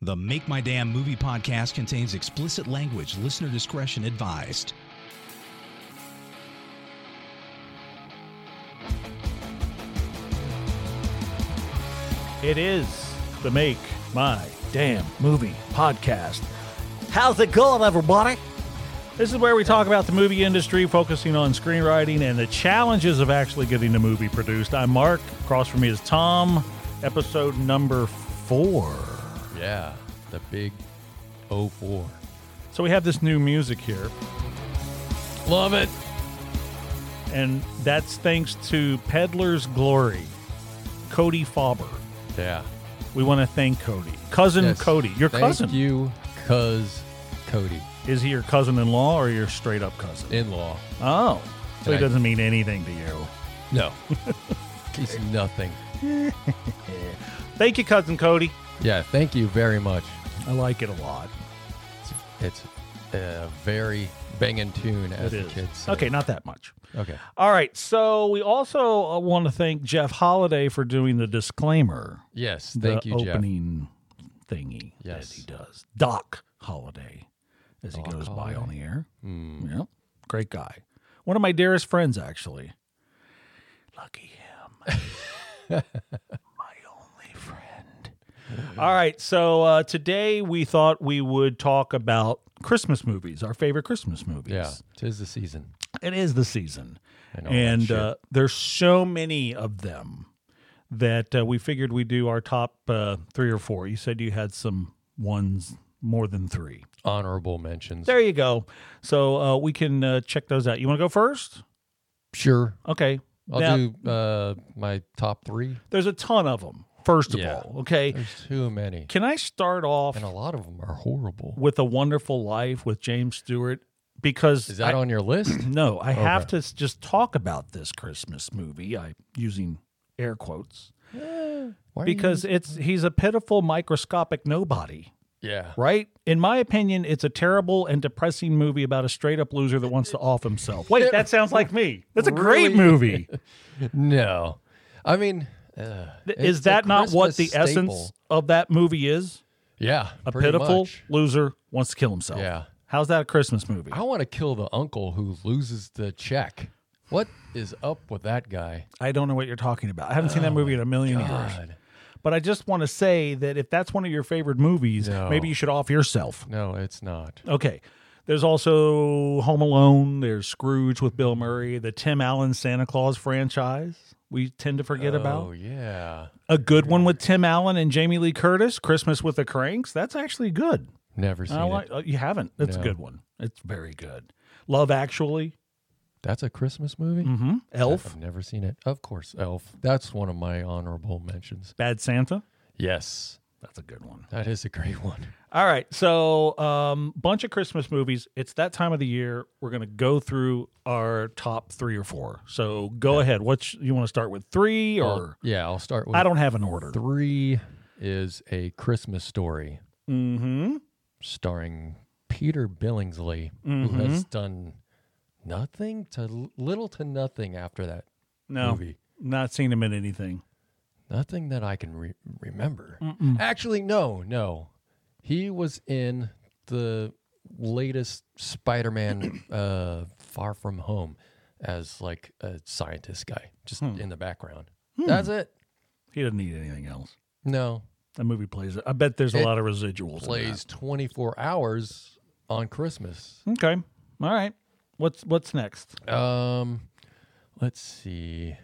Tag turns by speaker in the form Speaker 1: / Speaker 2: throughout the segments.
Speaker 1: The Make My Damn Movie podcast contains explicit language. Listener discretion advised.
Speaker 2: It is the Make My Damn Movie Podcast.
Speaker 3: How's it going, everybody?
Speaker 2: This is where we talk about the movie industry, focusing on screenwriting and the challenges of actually getting a movie produced. I'm Mark. Across from me is Tom. Episode number four.
Speaker 4: Yeah, the big 04.
Speaker 2: So we have this new music here,
Speaker 4: Love it.
Speaker 2: and that's thanks to Peddler's Glory, Cody Faber.
Speaker 4: Yeah.
Speaker 2: We want to thank Cody. Cousin
Speaker 4: Yes.
Speaker 2: Cody. Your
Speaker 4: Thank
Speaker 2: cousin.
Speaker 4: you, cuz Cody,
Speaker 2: Is he your cousin in law or your straight up cousin?
Speaker 4: in law.
Speaker 2: oh. So he
Speaker 4: Can I-
Speaker 2: doesn't mean anything to you.
Speaker 4: No. He's nothing.
Speaker 2: Thank you, cousin Cody.
Speaker 4: Yeah, thank you very much.
Speaker 2: I like it a lot.
Speaker 4: It's a very banging tune, as
Speaker 2: It
Speaker 4: the
Speaker 2: is.
Speaker 4: kids say.
Speaker 2: Okay, not that much.
Speaker 4: Okay.
Speaker 2: All right. So we also uh, want to thank Jeff Holiday for doing the disclaimer,
Speaker 4: Yes, thank
Speaker 2: the
Speaker 4: you,
Speaker 2: opening thingy
Speaker 4: Yes.
Speaker 2: that he does. Doc Holiday, as he goes by on the air.
Speaker 4: Hmm.
Speaker 2: Yeah, great guy. One of my dearest friends, actually. Lucky him. my only friend. All right. So uh, today we thought we would talk about Christmas movies, our favorite Christmas movies.
Speaker 4: Jeff. Yeah, tis the season.
Speaker 2: It is the season.
Speaker 4: And all that
Speaker 2: And
Speaker 4: shit.
Speaker 2: uh, there's so many of them that uh, we figured we'd do our top uh, three or four. You said you had some ones more than three.
Speaker 4: Honorable mentions.
Speaker 2: There you go. So uh, we can uh, check those out. You want to go first?
Speaker 4: Sure.
Speaker 2: Okay.
Speaker 4: I'll
Speaker 2: Now,
Speaker 4: do uh, my top three.
Speaker 2: There's a ton of them, first of
Speaker 4: Yeah.
Speaker 2: all. Okay.
Speaker 4: There's too many.
Speaker 2: Can I start off
Speaker 4: And a lot of them are horrible.
Speaker 2: with A Wonderful Life with James Stewart? Because
Speaker 4: Is that on your list?
Speaker 2: No, I have to s- just talk about this Christmas movie. I using air quotes
Speaker 4: Why are you-
Speaker 2: because it's he's a pitiful microscopic nobody,
Speaker 4: yeah.
Speaker 2: right? In my opinion, it's a terrible and depressing movie about a straight up loser that wants to off himself. Wait, that sounds like me. That's a great
Speaker 4: Really?
Speaker 2: movie.
Speaker 4: No, I mean, uh,
Speaker 2: Th-
Speaker 4: it's
Speaker 2: is
Speaker 4: a
Speaker 2: that not what the
Speaker 4: Christmas
Speaker 2: essence
Speaker 4: staple.
Speaker 2: of that movie is?
Speaker 4: Yeah,
Speaker 2: A
Speaker 4: pretty
Speaker 2: pitiful
Speaker 4: much.
Speaker 2: loser wants to kill himself.
Speaker 4: Yeah.
Speaker 2: How's that a Christmas movie?
Speaker 4: I want to kill the uncle who loses the check. What is up with that guy?
Speaker 2: I don't know what you're talking about. I haven't seen that movie in a million years.
Speaker 4: Oh God,
Speaker 2: But I just want to say that if that's one of your favorite movies,
Speaker 4: No.
Speaker 2: maybe you should off yourself.
Speaker 4: no, it's not.
Speaker 2: Okay. There's also Home Alone. There's Scrooge with Bill Murray. The Tim Allen Santa Claus franchise we tend to forget
Speaker 4: Oh
Speaker 2: about.
Speaker 4: yeah,
Speaker 2: A good one with Tim Allen and Jamie Lee Curtis, Christmas with the Cranks. That's actually good.
Speaker 4: never seen
Speaker 2: I
Speaker 4: it.
Speaker 2: like, uh, you haven't. It's
Speaker 4: No.
Speaker 2: a good one. It's very good. Love Actually.
Speaker 4: That's a Christmas movie.
Speaker 2: hmm Elf.
Speaker 4: I've never seen it. Of course, Elf. That's one of my honorable mentions.
Speaker 2: Bad Santa.
Speaker 4: Yes,
Speaker 2: That's a good one.
Speaker 4: that is a great one.
Speaker 2: All right, so um, bunch of Christmas movies. It's that time of the year. We're gonna go through our top three or four. So go ahead. What you want to start with? Three
Speaker 4: I'll-
Speaker 2: or
Speaker 4: yeah, I'll start with.
Speaker 2: I don't have an order.
Speaker 4: Uh, Three is a Christmas story.
Speaker 2: Mm-hmm.
Speaker 4: starring Peter Billingsley, who has done nothing to little to nothing after that
Speaker 2: No,
Speaker 4: movie.
Speaker 2: not seen him in anything.
Speaker 4: Nothing that I can re- remember. Actually, no, no. He was in the latest Spider Man uh, Far From Home as like a scientist guy, just in the background. That's it.
Speaker 2: He doesn't need anything else.
Speaker 4: No.
Speaker 2: That movie plays it. I bet there's a
Speaker 4: It
Speaker 2: lot of residuals. in
Speaker 4: Plays 24 hours on Christmas.
Speaker 2: that. Okay. All right. What's what's next?
Speaker 4: Um, let's see.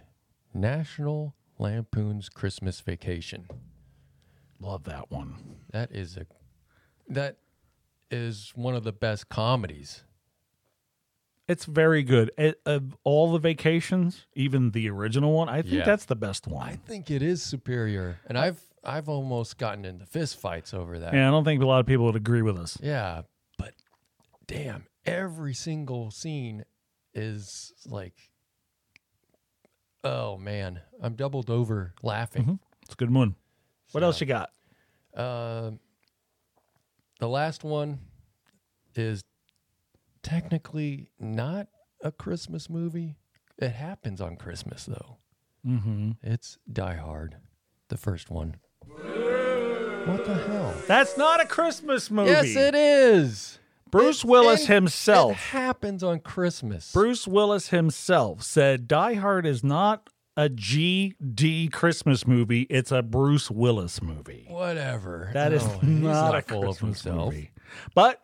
Speaker 4: National Lampoon's Christmas Vacation.
Speaker 2: Love that one.
Speaker 4: That is a that is one of the best comedies.
Speaker 2: It's very good. It, of all the vacations, even the original one, I think
Speaker 4: Yeah.
Speaker 2: that's the best one.
Speaker 4: I think it is superior, and I've I've almost gotten into fist fights over that.
Speaker 2: and I don't think a lot of people would agree with us.
Speaker 4: Yeah, but damn, every single scene is like, oh man, I'm doubled over laughing.
Speaker 2: It's a good one. What else you got?
Speaker 4: Uh, the last one is technically not a Christmas movie. It happens on Christmas though. Mm-hmm. It's Die Hard, the first one. What the hell?
Speaker 2: That's not a Christmas movie.
Speaker 4: Yes, it is.
Speaker 2: Bruce Willis
Speaker 4: and-
Speaker 2: himself.
Speaker 4: It happens on Christmas.
Speaker 2: Bruce Willis himself said Die Hard is not a GD Christmas movie, it's a Bruce Willis movie.
Speaker 4: Whatever.
Speaker 2: That is
Speaker 4: No, he's
Speaker 2: not, a
Speaker 4: full
Speaker 2: Christmas
Speaker 4: of himself.
Speaker 2: movie. But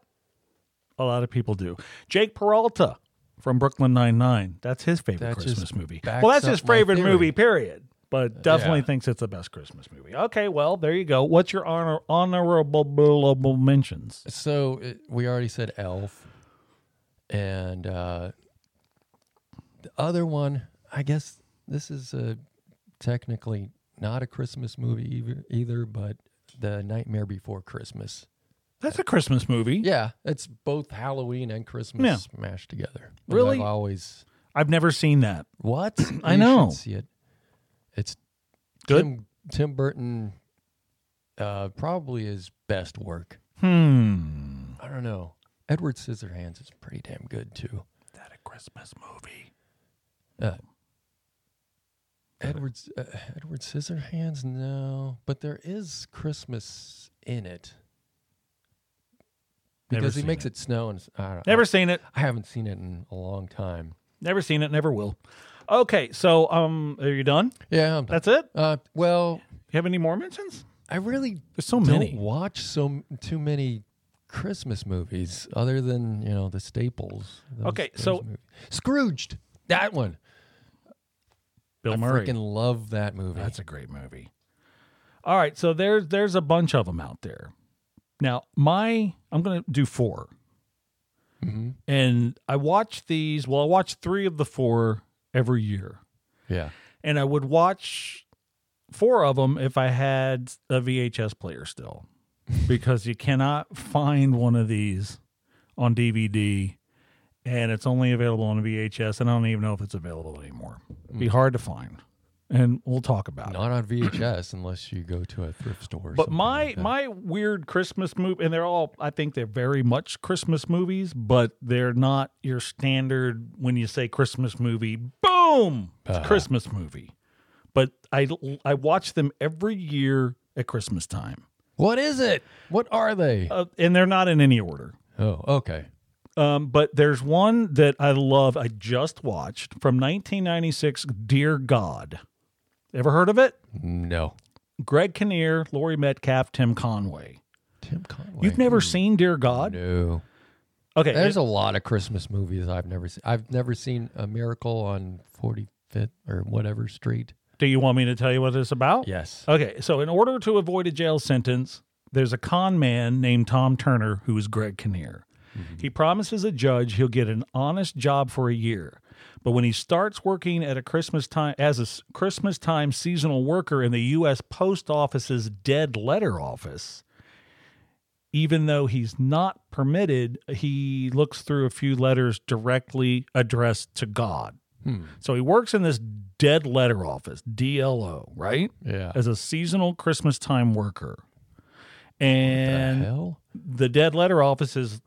Speaker 2: a lot of people do. Jake Peralta from Brooklyn Nine-Nine. That's his favorite
Speaker 4: That just
Speaker 2: Christmas movie.
Speaker 4: backs
Speaker 2: Well, that's
Speaker 4: up
Speaker 2: his
Speaker 4: my
Speaker 2: favorite
Speaker 4: theory.
Speaker 2: movie, period. But definitely
Speaker 4: yeah.
Speaker 2: thinks it's the best Christmas movie. Okay, well, there you go. What's your honor honorable mentions?
Speaker 4: So it, we already said Elf, and uh, the other one. I guess this is uh technically not a Christmas movie either, either, but the Nightmare Before Christmas.
Speaker 2: That's a Christmas movie.
Speaker 4: Yeah, it's both Halloween and Christmas
Speaker 2: Yeah.
Speaker 4: smashed together.
Speaker 2: Really?
Speaker 4: i always
Speaker 2: I've never seen that.
Speaker 4: what
Speaker 2: I
Speaker 4: You should
Speaker 2: know.
Speaker 4: See it. It's
Speaker 2: Good?
Speaker 4: Tim, Tim Burton. Uh, probably his best work.
Speaker 2: Hmm.
Speaker 4: I don't know. Edward Scissorhands is pretty damn good too.
Speaker 2: that a Christmas movie?
Speaker 4: Uh, Edward's uh, Edward Scissorhands, no, but there is Christmas in it
Speaker 2: Never
Speaker 4: because he
Speaker 2: seen
Speaker 4: makes
Speaker 2: it.
Speaker 4: it, snow and s- I don't,
Speaker 2: Never seen it.
Speaker 4: I haven't seen it in a long time.
Speaker 2: Never seen it. Never will. Okay, so um, are you done?
Speaker 4: Yeah, I'm done.
Speaker 2: That's it.
Speaker 4: uh, well,
Speaker 2: You have any more mentions?
Speaker 4: I really
Speaker 2: There's so
Speaker 4: don't
Speaker 2: many.
Speaker 4: watch so m- too many Christmas movies other than you know the staples. Those-
Speaker 2: Okay,
Speaker 4: those
Speaker 2: so-
Speaker 4: movies. Scrooged, that one.
Speaker 2: Bill
Speaker 4: I
Speaker 2: Murray.
Speaker 4: freaking love that movie.
Speaker 2: That's a great movie. All right, so there's there's a bunch of them out there. Now my I'm gonna do 4 and I watch these. Well, I watch three of the four every year.
Speaker 4: yeah.
Speaker 2: and I would watch four of them if I had a VHS player still, because you cannot find one of these on DVD, and it's only available on VHS, and I don't even know if it's available anymore. It'd be hard to find, and we'll talk about it.
Speaker 4: Not on VHS unless you go to a thrift store. or
Speaker 2: But
Speaker 4: something
Speaker 2: my
Speaker 4: like that.
Speaker 2: my weird Christmas movie, and they're all I think they're very much Christmas movies, but they're not your standard when you say Christmas movie. Boom, it's a Christmas movie. But I I watch them every year at Christmas time,
Speaker 4: what is it? What are they?
Speaker 2: uh, and they're not in any order.
Speaker 4: oh, okay.
Speaker 2: Um, but there's one that I love. I just watched from 1996. Dear God, ever heard of it?
Speaker 4: No,
Speaker 2: Greg Kinnear, Laurie Metcalf, Tim Conway.
Speaker 4: Tim Conway.
Speaker 2: You've never seen Dear God?
Speaker 4: No,
Speaker 2: Okay,
Speaker 4: there's a lot of Christmas movies I've never seen. I've never seen a Miracle on 45th or whatever street.
Speaker 2: Do you want me to tell you what it's about?
Speaker 4: Yes.
Speaker 2: Okay, so in order to avoid a jail sentence, there's a con man named Tom Turner who is Greg Kinnear. He promises a judge he'll get an honest job for a year. But when he starts working at a Christmas time as a s- Christmas time seasonal worker in the US Post Office's dead letter office, even though he's not permitted, he looks through a few letters directly addressed to God. So he works in this dead letter office, DLO, right?
Speaker 4: Yeah.
Speaker 2: As a seasonal Christmas time worker.
Speaker 4: The
Speaker 2: And
Speaker 4: hell?
Speaker 2: the dead letter office is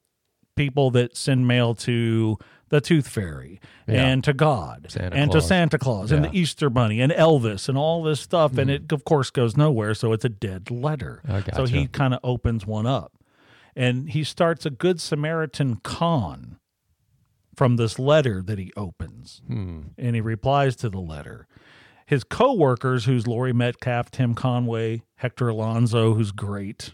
Speaker 2: people that send mail to the Tooth Fairy
Speaker 4: Yeah.
Speaker 2: and to God
Speaker 4: Santa
Speaker 2: and to
Speaker 4: Claus.
Speaker 2: Santa Claus and the Easter Bunny and Elvis and all this stuff. And it, of course, goes nowhere. So it's a dead letter.
Speaker 4: I
Speaker 2: So he
Speaker 4: gotcha.
Speaker 2: kind of opens one up and he starts a Good Samaritan con from this letter that he opens.
Speaker 4: Hmm.
Speaker 2: And he replies to the letter. His co-workers, who's Lori Metcalf, Tim Conway, Hector Alonso, who's great,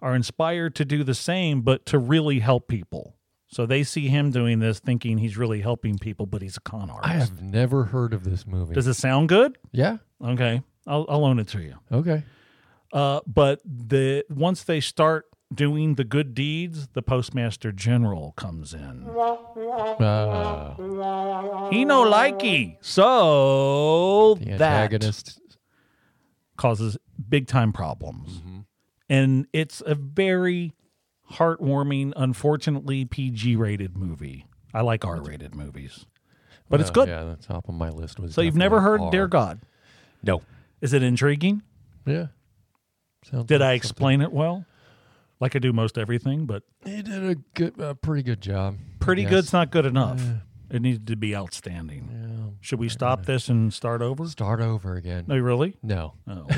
Speaker 2: are inspired to do the same, but to really help people. So they see him doing this thinking he's really helping people, but he's a con artist.
Speaker 4: I have never heard of this movie.
Speaker 2: Does it sound good?
Speaker 4: yeah.
Speaker 2: Okay. I'll, I'll loan it to you.
Speaker 4: Okay.
Speaker 2: Uh, but the once they start doing the good deeds, the postmaster general comes in.
Speaker 4: Uh,
Speaker 2: He no likey. So
Speaker 4: the
Speaker 2: that
Speaker 4: antagonist.
Speaker 2: causes big time problems.
Speaker 4: Mm-hmm.
Speaker 2: And it's a very heartwarming, unfortunately PG rated movie. I like R rated movies, but it's
Speaker 4: Uh,
Speaker 2: good.
Speaker 4: Yeah, the top of my list was.
Speaker 2: So you've never heard
Speaker 4: definitely
Speaker 2: Dear
Speaker 4: R.
Speaker 2: God.
Speaker 4: No.
Speaker 2: Is it intriguing?
Speaker 4: Yeah. Sounds
Speaker 2: Did I
Speaker 4: like something-
Speaker 2: explain it well? Like I do most everything, but
Speaker 4: He did a good, a pretty good job. I
Speaker 2: pretty
Speaker 4: guess.
Speaker 2: good's not good enough. It needed to be outstanding. Should we stop this and start over?
Speaker 4: Start over again.
Speaker 2: No, really?
Speaker 4: No,
Speaker 2: No,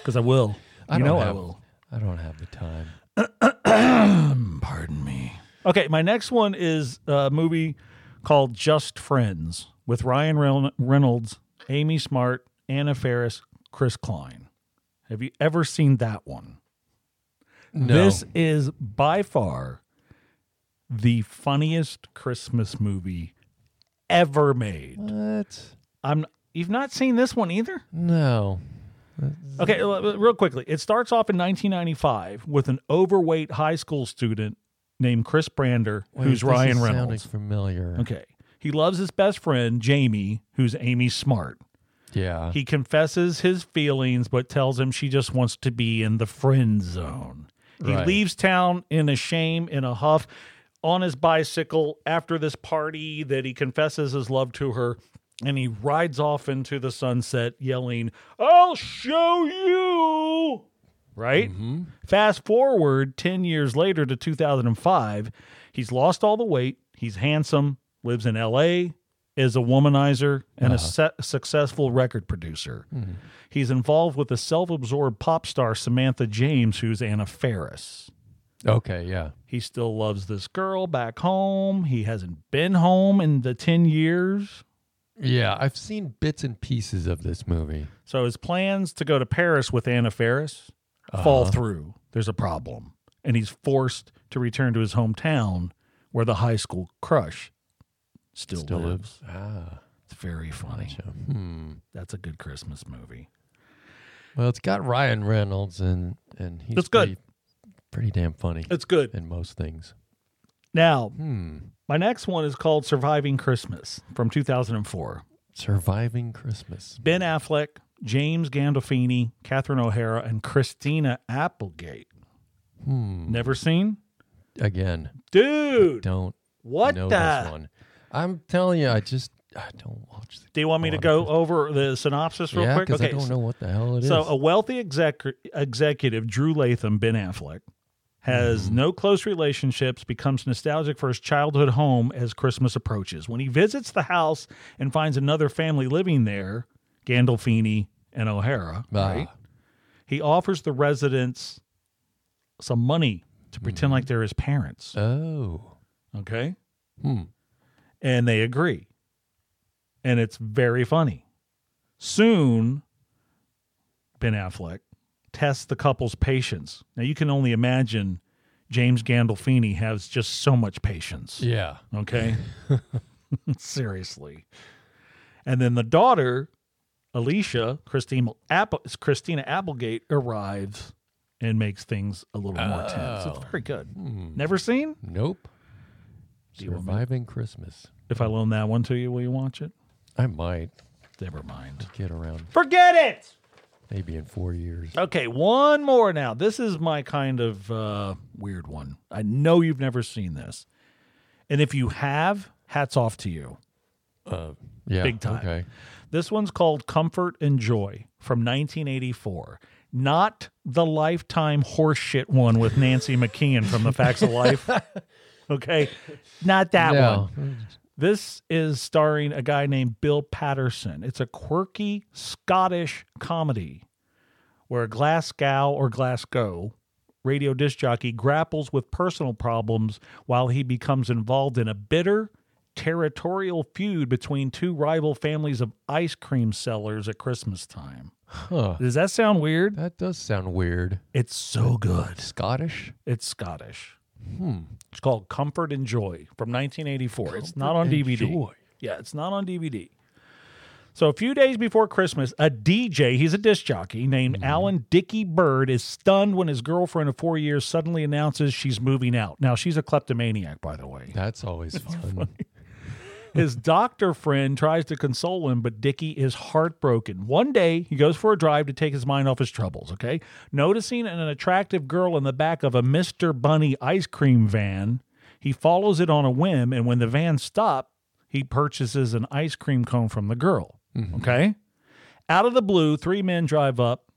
Speaker 2: because I will.
Speaker 4: I
Speaker 2: you know
Speaker 4: don't
Speaker 2: I
Speaker 4: have-
Speaker 2: will.
Speaker 4: I don't have the time.
Speaker 2: Pardon me. Okay, my next one is a movie called Just Friends with Ryan Reyn- Reynolds, Amy Smart, Anna Faris, Chris Klein. Have you ever seen that one?
Speaker 4: No.
Speaker 2: This is by far the funniest Christmas movie ever made.
Speaker 4: what?
Speaker 2: I'm you've not seen this one either?
Speaker 4: No.
Speaker 2: Okay, l- l- real quickly. It starts off in 1995 with an overweight high school student named Chris Brander,
Speaker 4: Wait,
Speaker 2: who's
Speaker 4: this
Speaker 2: Ryan
Speaker 4: is
Speaker 2: Reynolds.
Speaker 4: Sounding familiar.
Speaker 2: Okay. He loves his best friend, Jamie, who's Amy Smart.
Speaker 4: Yeah.
Speaker 2: He confesses his feelings, but tells him she just wants to be in the friend zone. He
Speaker 4: Right.
Speaker 2: leaves town in a shame, in a huff, on his bicycle after this party that he confesses his love to her. And he rides off into the sunset yelling, I'll show you. Right? Fast forward 10 years later to 2005. He's lost all the weight. He's handsome, lives in LA, is a womanizer, and a se- successful record producer. He's involved with the self absorbed pop star Samantha James, who's Anna Faris.
Speaker 4: okay. Yeah.
Speaker 2: He still loves this girl back home. He hasn't been home in the 10 years.
Speaker 4: Yeah. I've seen bits and pieces of this movie.
Speaker 2: So his plans to go to Paris with Anna Faris fall
Speaker 4: Uh-huh.
Speaker 2: through. There's a problem. And he's forced to return to his hometown where the high school crush still, lives.
Speaker 4: Ah.
Speaker 2: It's very funny.
Speaker 4: Hmm.
Speaker 2: That's a good Christmas movie.
Speaker 4: Well, it's got Ryan Reynolds and and he's
Speaker 2: It's good.
Speaker 4: Pretty, pretty damn funny
Speaker 2: It's good.
Speaker 4: in most things.
Speaker 2: Now,
Speaker 4: Hmm.
Speaker 2: my next one is called Surviving Christmas from 2004.
Speaker 4: Surviving Christmas.
Speaker 2: Ben Affleck, James Gandolfini, Catherine O'Hara, and Christina Applegate.
Speaker 4: Hmm.
Speaker 2: Never seen?
Speaker 4: Again,
Speaker 2: Dude,
Speaker 4: don't
Speaker 2: what
Speaker 4: know
Speaker 2: the?
Speaker 4: this one. I'm telling you, I just I don't watch. The,
Speaker 2: Do you want me to go over the synopsis real
Speaker 4: yeah,
Speaker 2: quick?
Speaker 4: because I don't know what the hell it is.
Speaker 2: So, a wealthy exec- executive, Drew Latham, Ben Affleck, has
Speaker 4: Mm-hmm.
Speaker 2: no close relationships, becomes nostalgic for his childhood home as Christmas approaches. When he visits the house and finds another family living there, Gandolfini and O'Hara,
Speaker 4: Ah,
Speaker 2: he offers the residents some money to
Speaker 4: Mm-hmm.
Speaker 2: pretend like they're his parents.
Speaker 4: Oh.
Speaker 2: Okay.
Speaker 4: Hmm.
Speaker 2: And they agree. And it's very funny. Soon, Ben Affleck tests the couple's patience. Now, you can only imagine James Gandolfini has just so much patience.
Speaker 4: Yeah.
Speaker 2: Okay. Seriously. And then the daughter, Alicia, Christine Apple, Christina Applegate, arrives and makes things a little more tense. It's very good. Never seen?
Speaker 4: Nope. Surviving Christmas.
Speaker 2: If I loan that one to you, will you watch it?
Speaker 4: I might
Speaker 2: Never mind.
Speaker 4: get around
Speaker 2: Forget it.
Speaker 4: maybe in four years.
Speaker 2: Okay, one more now. This is my kind of uh, weird one. I know you've never seen this. And if you have, hats off to you.
Speaker 4: Yeah.
Speaker 2: Big time.
Speaker 4: Okay.
Speaker 2: This one's called Comfort and Joy from 1984. Not the lifetime horseshit one with Nancy McKeon from The Facts of Life. Okay. Not that
Speaker 4: No.
Speaker 2: one. This is starring a guy named Bill Patterson. It's a quirky Scottish comedy where a Glasgow or Glasgow radio disc jockey grapples with personal problems while he becomes involved in a bitter territorial feud between two rival families of ice cream sellers at Christmas time.
Speaker 4: Huh.
Speaker 2: Does that sound weird?
Speaker 4: That does sound weird.
Speaker 2: It's so good.
Speaker 4: Scottish.
Speaker 2: It's Scottish.
Speaker 4: Hmm.
Speaker 2: It's called Comfort and Joy from 1984. it's not
Speaker 4: Comfort
Speaker 2: on
Speaker 4: and
Speaker 2: DVD.
Speaker 4: Joy.
Speaker 2: Yeah, it's not on DVD. So a few days before Christmas, a DJ, he's a disc jockey named
Speaker 4: Mm-hmm.
Speaker 2: Alan Dickey Bird, is stunned when his girlfriend of four years suddenly announces she's moving out. Now she's a kleptomaniac, by the way.
Speaker 4: That's always fun.
Speaker 2: His doctor friend tries to console him, but Dickie is heartbroken. One day, he goes for a drive to take his mind off his troubles, okay? Noticing an attractive girl in the back of a Mr. Bunny ice cream van, he follows it on a whim, and when the van stops, he purchases an ice cream cone from the girl,
Speaker 4: Mm-hmm.
Speaker 2: okay? Out of the blue, three men drive up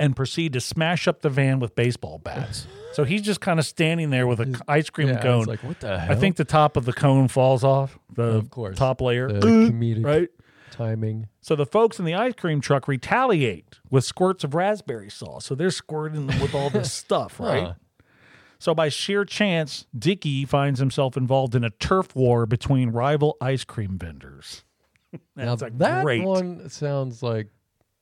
Speaker 2: and proceed to smash up the van with baseball bats. So he's just kind of standing there with an ice cream
Speaker 4: yeah, it's
Speaker 2: cone.
Speaker 4: like, what the
Speaker 2: I
Speaker 4: hell?
Speaker 2: think the top of the cone falls off the
Speaker 4: Of course.
Speaker 2: top layer,
Speaker 4: The comedic
Speaker 2: right?
Speaker 4: timing.
Speaker 2: So the folks in the ice cream truck retaliate with squirts of raspberry sauce. So they're squirting them with all this stuff, right?
Speaker 4: Huh.
Speaker 2: So by sheer chance, Dickie finds himself involved in a turf war between rival ice cream vendors. That's
Speaker 4: now,
Speaker 2: a
Speaker 4: that
Speaker 2: great.
Speaker 4: one sounds like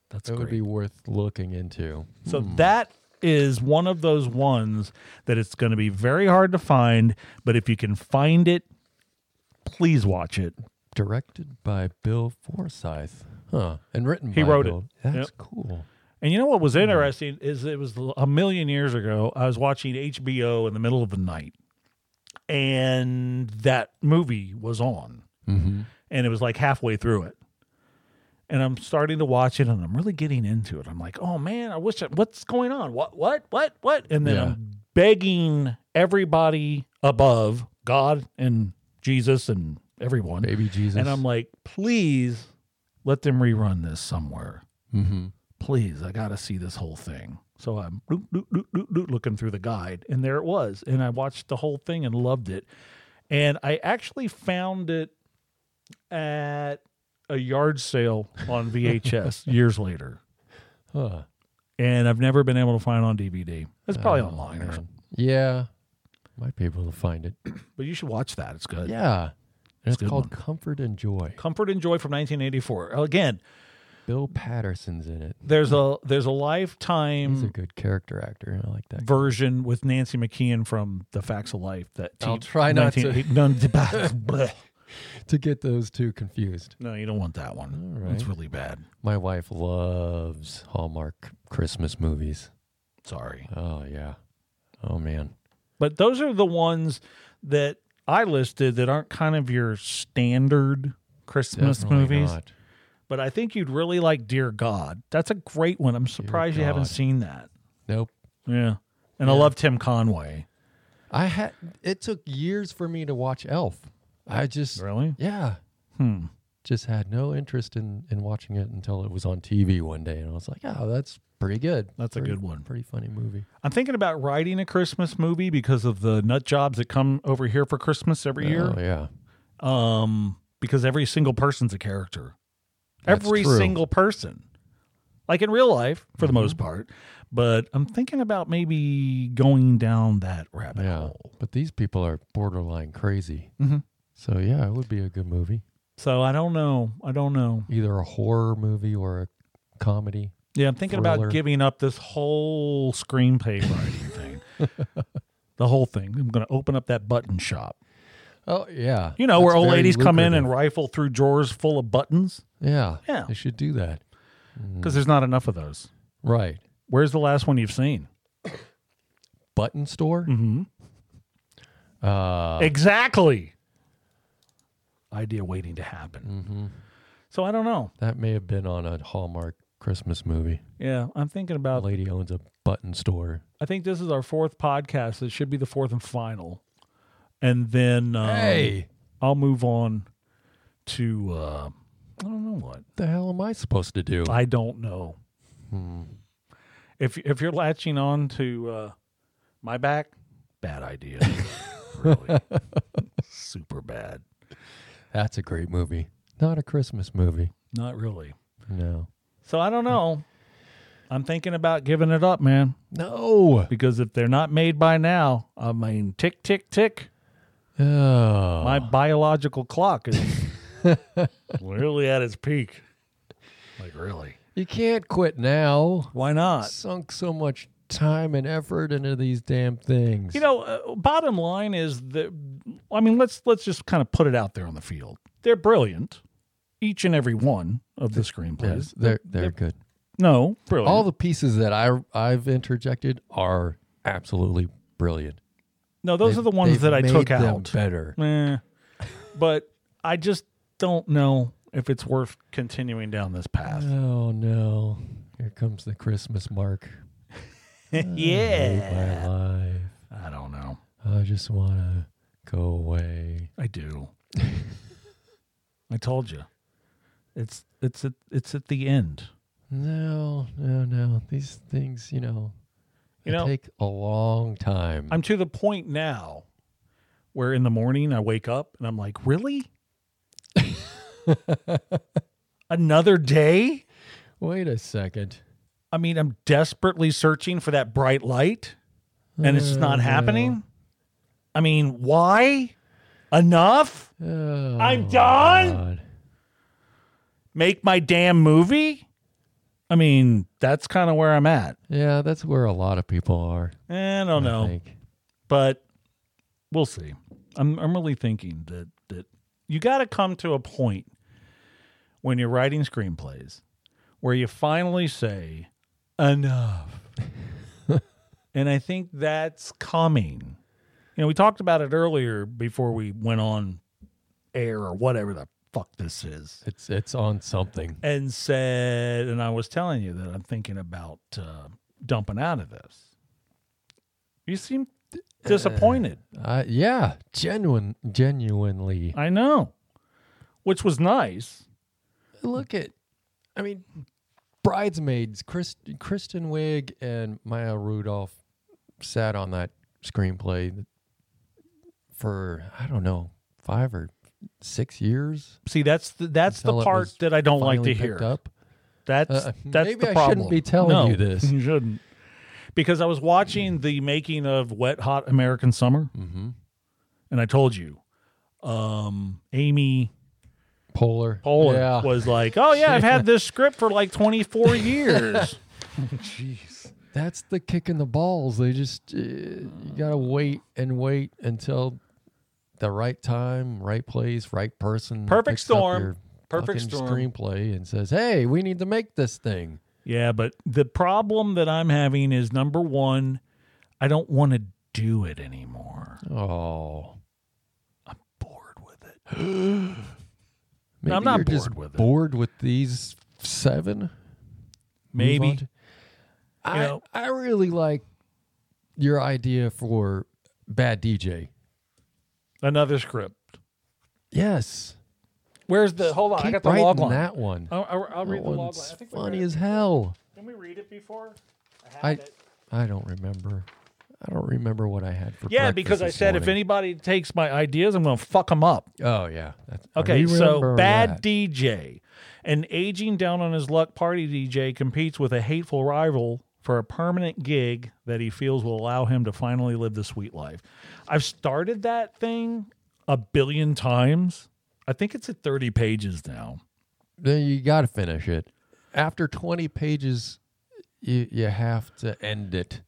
Speaker 2: that's
Speaker 4: it would be worth looking into.
Speaker 2: So that is one of those ones that it's going to be very hard to find, but if you can find it, please watch it.
Speaker 4: Directed by Bill Forsyth. Huh. And written
Speaker 2: He
Speaker 4: by
Speaker 2: wrote it.
Speaker 4: Bill. That's
Speaker 2: Yep.
Speaker 4: cool.
Speaker 2: And you know what was
Speaker 4: Hmm.
Speaker 2: interesting is it was a million years ago. I was watching HBO in the middle of the night, and that movie was on,
Speaker 4: Mm-hmm.
Speaker 2: and it was like halfway through it. And I'm starting to watch it, and I'm really getting into it. I'm like, oh man, I wish. I, what's going on? What? What? What? What? And then
Speaker 4: Yeah.
Speaker 2: I'm begging everybody above God and Jesus and everyone,
Speaker 4: Baby Jesus.
Speaker 2: and I'm like, please let them rerun this somewhere
Speaker 4: mm-hmm.
Speaker 2: please, I got to see this whole thing. So I'm doot, doot, doot, doot, doot, looking through the guide, and there it was. And I watched the whole thing and loved it. And I actually found it at a yard sale on VHS years later.
Speaker 4: Huh.
Speaker 2: And I've never been able to find it on DVD. It's probably
Speaker 4: Oh,
Speaker 2: online or something.
Speaker 4: Yeah. Might be able to find it.
Speaker 2: But you should watch that. It's good.
Speaker 4: Yeah. And
Speaker 2: a
Speaker 4: it's
Speaker 2: good
Speaker 4: called
Speaker 2: one.
Speaker 4: Comfort and Joy.
Speaker 2: Comfort and Joy from 1984. Again,
Speaker 4: Bill Patterson's in it.
Speaker 2: there's a there's a
Speaker 4: He's a
Speaker 2: lifetime
Speaker 4: good character actor. I like that. guy.
Speaker 2: version with Nancy McKeon from The Facts of Life. That
Speaker 4: I'll
Speaker 2: te-
Speaker 4: try not to-
Speaker 2: 19 none-
Speaker 4: to get those two confused.
Speaker 2: No, you don't want that one.
Speaker 4: All
Speaker 2: It's
Speaker 4: right.
Speaker 2: really bad.
Speaker 4: My wife loves Hallmark Christmas movies.
Speaker 2: Sorry.
Speaker 4: Oh yeah. Oh man.
Speaker 2: But those are the ones that I listed that aren't kind of your standard Christmas
Speaker 4: Definitely
Speaker 2: movies.
Speaker 4: not.
Speaker 2: But I think you'd really like Dear God. That's a great one. I'm surprised you haven't
Speaker 4: God.
Speaker 2: seen that.
Speaker 4: Nope.
Speaker 2: Yeah. And I love Tim Conway.
Speaker 4: I had it took years for me to watch Elf. I just
Speaker 2: Really?
Speaker 4: yeah.
Speaker 2: Hmm.
Speaker 4: Just had no interest in, in watching it until it was on TV one day and I was like, Oh, that's pretty good.
Speaker 2: That's a
Speaker 4: Pretty-
Speaker 2: good one.
Speaker 4: Pretty funny movie.
Speaker 2: I'm thinking about writing a Christmas movie because of the nut jobs that come over here for Christmas every year.
Speaker 4: Oh yeah.
Speaker 2: um, because every single person's a character.
Speaker 4: That's
Speaker 2: every
Speaker 4: true. Mm-hmm.
Speaker 2: single person, like in real life for the most part. But I'm thinking about maybe going down that rabbit
Speaker 4: Yeah.
Speaker 2: hole.
Speaker 4: But these people are borderline crazy.
Speaker 2: Mhm.
Speaker 4: So yeah, it would be a good movie.
Speaker 2: So I don't know. I don't know.
Speaker 4: Either a horror movie or a comedy.
Speaker 2: Yeah, I'm thinking
Speaker 4: Thriller.
Speaker 2: about giving up this whole screenplay writing thing. The whole thing. I'm going to open up that button shop.
Speaker 4: Oh yeah,
Speaker 2: You know,
Speaker 4: That's
Speaker 2: where old
Speaker 4: very
Speaker 2: ladies come in and
Speaker 4: lucrative.
Speaker 2: rifle through drawers full of buttons
Speaker 4: yeah,
Speaker 2: Yeah.
Speaker 4: they should do that. Mm.
Speaker 2: because there's not enough of those.
Speaker 4: Right,
Speaker 2: Where's the last one you've seen?
Speaker 4: button store.
Speaker 2: Mm-hmm.
Speaker 4: Uh,
Speaker 2: Exactly. Oh. Idea waiting to happen. So I don't know.
Speaker 4: that may have been on a Hallmark Christmas movie.
Speaker 2: Yeah, I'm thinking
Speaker 4: A
Speaker 2: about.
Speaker 4: lady owns a button store.
Speaker 2: I think this is our fourth podcast. It should be the fourth and final, and then um, I'll move on to uh, I don't know what
Speaker 4: the hell am I supposed to do?
Speaker 2: I don't know. If if you're latching on to uh, my back, bad idea. really, super bad.
Speaker 4: That's a great movie. Not a Christmas movie.
Speaker 2: Not really.
Speaker 4: No.
Speaker 2: So I don't know. I'm thinking about giving it up, man.
Speaker 4: No.
Speaker 2: Because if they're not made by now, I mean, tick, tick, tick.
Speaker 4: Oh.
Speaker 2: My biological clock is really at its peak. Like, really?
Speaker 4: you can't quit now.
Speaker 2: Why not?
Speaker 4: Sunk so much time and effort into these damn things.
Speaker 2: You know, uh, bottom line is that I mean, let's let's just kind of put it out there on the field. They're brilliant, each and every one of the screenplays.
Speaker 4: Yes, they're they're good.
Speaker 2: No, brilliant.
Speaker 4: All the pieces that I I've interjected are absolutely brilliant.
Speaker 2: no, those
Speaker 4: They've-
Speaker 2: are the ones
Speaker 4: they've
Speaker 2: that I
Speaker 4: made
Speaker 2: took
Speaker 4: them
Speaker 2: out.
Speaker 4: Better.
Speaker 2: Eh. but I just don't know if it's worth continuing down this path.
Speaker 4: Oh no! Here comes the Christmas mark.
Speaker 2: yeah.
Speaker 4: My life.
Speaker 2: I don't know.
Speaker 4: I just wanna go away.
Speaker 2: I do. I told you. It's it's at it's at the end.
Speaker 4: No, no, no. These things, you know,
Speaker 2: You
Speaker 4: they
Speaker 2: know-
Speaker 4: take a long time.
Speaker 2: I'm to the point now where in the morning I wake up and I'm like, "Really?" Another day?
Speaker 4: Wait a second.
Speaker 2: I mean, I'm desperately searching for that bright light and it's just not
Speaker 4: Mm-hmm.
Speaker 2: happening. I mean, why? Enough?
Speaker 4: Oh,
Speaker 2: I'm done?
Speaker 4: God.
Speaker 2: Make my damn movie? I mean, that's kind of where I'm at.
Speaker 4: Yeah, that's where a lot of people are.
Speaker 2: Eh, I don't
Speaker 4: I
Speaker 2: know,
Speaker 4: think.
Speaker 2: but we'll see. I'm I'm really thinking that that you got to come to a point when you're writing screenplays where you finally say enough. and I think that's coming. You know, we talked about it earlier before we went on air or whatever the fuck this is.
Speaker 4: It's it's on something.
Speaker 2: and said, and I was telling you that I'm thinking about uh, dumping out of this. You seem disappointed.
Speaker 4: Uh, yeah, genuine, genuinely.
Speaker 2: I know, which was nice.
Speaker 4: Look at, I mean, bridesmaids. Chris, Kristen Wiig and Maya Rudolph sat on that screenplay for I don't know five or six years.
Speaker 2: See, that's the, that's
Speaker 4: Until
Speaker 2: the
Speaker 4: it
Speaker 2: part
Speaker 4: was
Speaker 2: that I don't like
Speaker 4: finally
Speaker 2: to hear.
Speaker 4: picked Up.
Speaker 2: That's
Speaker 4: Uh,
Speaker 2: that's
Speaker 4: maybe
Speaker 2: the
Speaker 4: I
Speaker 2: problem.
Speaker 4: shouldn't be telling
Speaker 2: No,
Speaker 4: you this.
Speaker 2: You shouldn't, because I was watching the making of Wet Hot American Summer,
Speaker 4: Mm-hmm.
Speaker 2: and I told you, um, Amy
Speaker 4: Polar.
Speaker 2: Poland
Speaker 4: Yeah.
Speaker 2: was like, "Oh yeah, I've had this script for like 24 years."
Speaker 4: Jeez. That's the kick in the balls. They just uh, you gotta wait and wait until the right time, right place, right person.
Speaker 2: Perfect
Speaker 4: picks up
Speaker 2: storm.
Speaker 4: your
Speaker 2: Perfect
Speaker 4: fucking
Speaker 2: storm.
Speaker 4: screenplay and says, "Hey, we need to make this thing."
Speaker 2: Yeah, but the problem that I'm having is number one, I don't want to do it anymore.
Speaker 4: Oh,
Speaker 2: Bored with it.
Speaker 4: maybe
Speaker 2: I'm not
Speaker 4: you're just
Speaker 2: bored with it.
Speaker 4: bored with these seven. Move
Speaker 2: Maybe.
Speaker 4: on to- I
Speaker 2: know.
Speaker 4: I really like your idea for bad DJ.
Speaker 2: Another script.
Speaker 4: Yes,
Speaker 2: Where's the hold on?
Speaker 4: keep
Speaker 2: I got the
Speaker 4: writing
Speaker 2: log line.
Speaker 4: that one.
Speaker 2: I'll, I'll- I'll read the
Speaker 4: that
Speaker 2: log
Speaker 4: one's
Speaker 2: line. I think we
Speaker 4: funny
Speaker 2: read,
Speaker 4: as hell.
Speaker 2: Can we read it before? had
Speaker 4: I
Speaker 2: it.
Speaker 4: I don't remember. I don't remember what I had for
Speaker 2: Yeah,
Speaker 4: breakfast
Speaker 2: because I
Speaker 4: this
Speaker 2: said if
Speaker 4: morning.
Speaker 2: anybody takes my ideas, I'm going to fuck them up.
Speaker 4: Oh yeah. That's, I
Speaker 2: Okay, so
Speaker 4: remember
Speaker 2: bad
Speaker 4: that.
Speaker 2: DJ, an aging down on his luck party DJ competes with a hateful rival for a permanent gig that he feels will allow him to finally live the sweet life. I've started that thing a billion times. I think it's at 30 pages now.
Speaker 4: Then you got to finish it. After twenty pages, you you have to end it.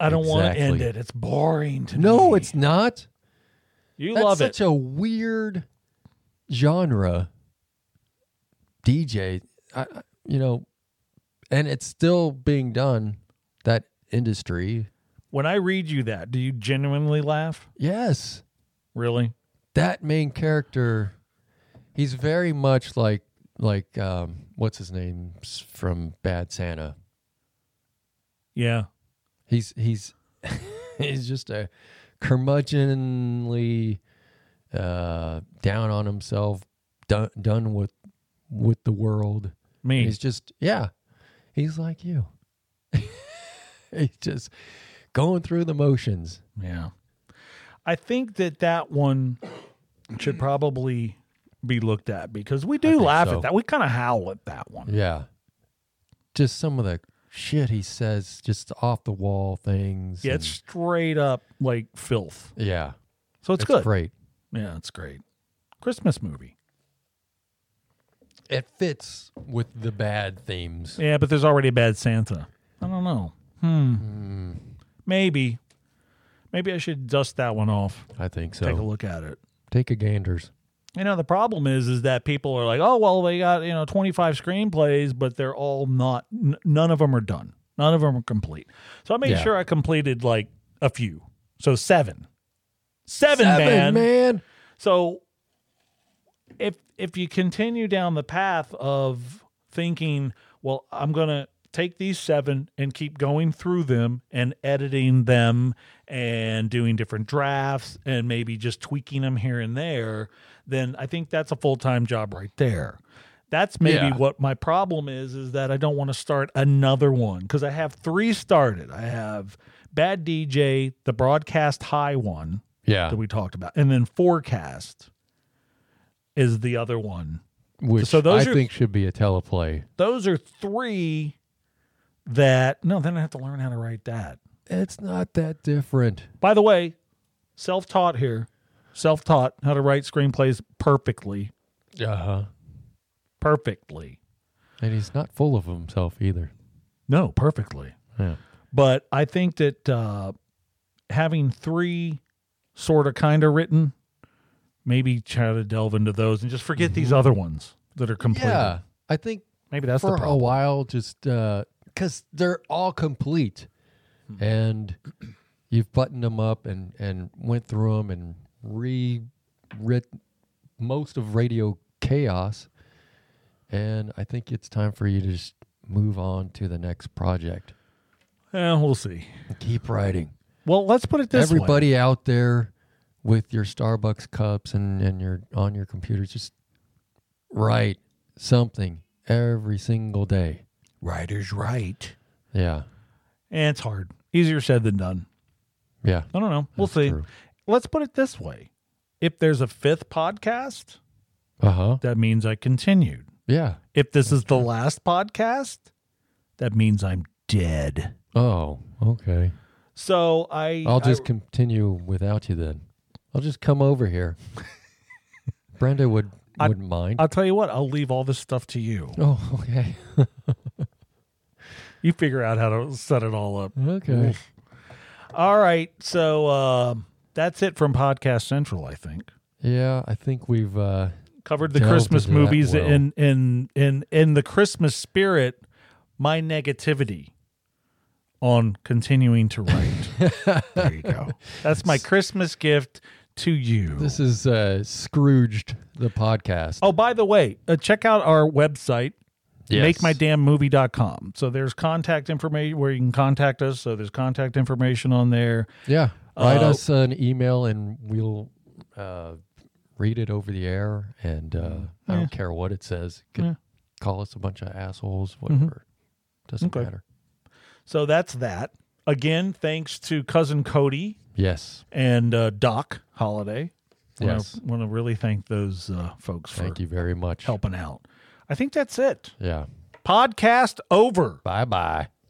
Speaker 2: I don't want to
Speaker 4: Exactly.
Speaker 2: end it. It's boring to me.
Speaker 4: No, it's not.
Speaker 2: You
Speaker 4: That's
Speaker 2: love it.
Speaker 4: such a weird genre. DJ, I, I- you know, and it's still being done. That industry,
Speaker 2: when I read you that, do you genuinely laugh?
Speaker 4: yes.
Speaker 2: Really?
Speaker 4: that main character, he's very much like like um, what's his name s- from Bad Santa.
Speaker 2: Yeah.
Speaker 4: He's he's he's just a curmudgeonly uh, down on himself, done done with with the world.
Speaker 2: Me.
Speaker 4: He's just yeah, he's like you. he's just going through the motions.
Speaker 2: Yeah. I think that that one should probably be looked at because we do
Speaker 4: think
Speaker 2: laugh
Speaker 4: so.
Speaker 2: at that. We kind of howl at that one.
Speaker 4: Yeah. Just some of the shit he says, just off the wall things.
Speaker 2: Yeah,
Speaker 4: and-
Speaker 2: it's straight up like filth.
Speaker 4: yeah.
Speaker 2: So it's, good.
Speaker 4: Great.
Speaker 2: Yeah, it's great. Christmas movie.
Speaker 4: It fits with the bad themes.
Speaker 2: Yeah, but there's already a bad Santa. I don't know. Hmm. Maybe. Maybe I should dust that one off.
Speaker 4: I think
Speaker 2: Take a
Speaker 4: so.
Speaker 2: look at it.
Speaker 4: Take a ganders.
Speaker 2: You know, the problem is is that people are like, "Oh, well, they got, you know, 25 screenplays, but they're all not n- none of them are done. None of them are complete." So I made
Speaker 4: Yeah.
Speaker 2: sure I completed like a few. So 7. 7,
Speaker 4: Seven,
Speaker 2: man.
Speaker 4: man.
Speaker 2: So if if you continue down the path of thinking, well, I'm going to take these 7 and keep going through them and editing them and doing different drafts and maybe just tweaking them here and there, then I think that's a full-time job right there. That's maybe
Speaker 4: Yeah.
Speaker 2: what my problem is is that I don't want to start another one cuz I have 3 started. I have Bad DJ, the broadcast high one,
Speaker 4: Yeah.
Speaker 2: that we talked about. And then forecast is the other one
Speaker 4: which
Speaker 2: So those
Speaker 4: I
Speaker 2: are-
Speaker 4: think should be a teleplay.
Speaker 2: Those are three that no, then I have to learn how to write that.
Speaker 4: It's not that different.
Speaker 2: By the way, self taught here. Self taught how to write screenplays perfectly.
Speaker 4: Uh huh.
Speaker 2: Perfectly.
Speaker 4: And he's not full of himself either.
Speaker 2: No, perfectly.
Speaker 4: Yeah.
Speaker 2: But I think that uh, having three sort of kind of written, maybe try to delve into those and just forget these other ones that are completed.
Speaker 4: Mm-hmm. Yeah. I think
Speaker 2: Maybe that's the
Speaker 4: for a
Speaker 2: problem.
Speaker 4: while, just because they're all complete, Hmm. and you've buttoned them up and and went through them and rewrit most of Radio Chaos, and I think it's time for you to just move on to the next project.
Speaker 2: Yeah, we'll see.
Speaker 4: Keep writing,
Speaker 2: Well, let's put it this way.
Speaker 4: everybody out there with your Starbucks cups and and your on your computers, just write something every single day.
Speaker 2: Writer's right.
Speaker 4: Yeah.
Speaker 2: And it's hard. Easier said than done.
Speaker 4: Yeah.
Speaker 2: I don't know. We'll
Speaker 4: That's
Speaker 2: see.
Speaker 4: true.
Speaker 2: Let's put it this way. If there's a fifth podcast,
Speaker 4: Uh huh.
Speaker 2: that means I continued.
Speaker 4: Yeah.
Speaker 2: If this is the last podcast, that means I'm dead.
Speaker 4: Oh, okay.
Speaker 2: So I
Speaker 4: I'll
Speaker 2: I-
Speaker 4: just continue without you then. I'll just come over here. Brenda would
Speaker 2: I-
Speaker 4: wouldn't mind.
Speaker 2: I'll tell you what, I'll leave all this stuff to you.
Speaker 4: oh, okay.
Speaker 2: You figure out how to set it all up.
Speaker 4: okay.
Speaker 2: All right. So uh, that's it from Podcast Central, I think.
Speaker 4: Yeah, I think we've uh
Speaker 2: Covered the
Speaker 4: Delved
Speaker 2: Christmas
Speaker 4: into that
Speaker 2: movies
Speaker 4: well.
Speaker 2: in, in in in the Christmas spirit, my negativity on continuing to write. there you go. That's my Christmas gift to you.
Speaker 4: this is uh Scrooged the podcast.
Speaker 2: Oh, by the way, uh, check out our website,
Speaker 4: Yes.
Speaker 2: makemydamnmovie.com. So there's contact information where you can contact us. So there's contact information on there.
Speaker 4: Yeah. Write
Speaker 2: Uh,
Speaker 4: us an email and we'll uh read it over the air and uh I don't care what it says. You could
Speaker 2: Yeah. Mm-hmm.
Speaker 4: call us a bunch of assholes, whatever. Doesn't
Speaker 2: Okay.
Speaker 4: matter.
Speaker 2: So that's that. Again, thanks to cousin Cody
Speaker 4: Yes.
Speaker 2: and uh, Doc Holiday.
Speaker 4: Yes.
Speaker 2: want to really thank those uh, folks for
Speaker 4: Thank you very much.
Speaker 2: helping out. I think that's it.
Speaker 4: Yeah.
Speaker 2: Podcast over.
Speaker 4: Bye bye.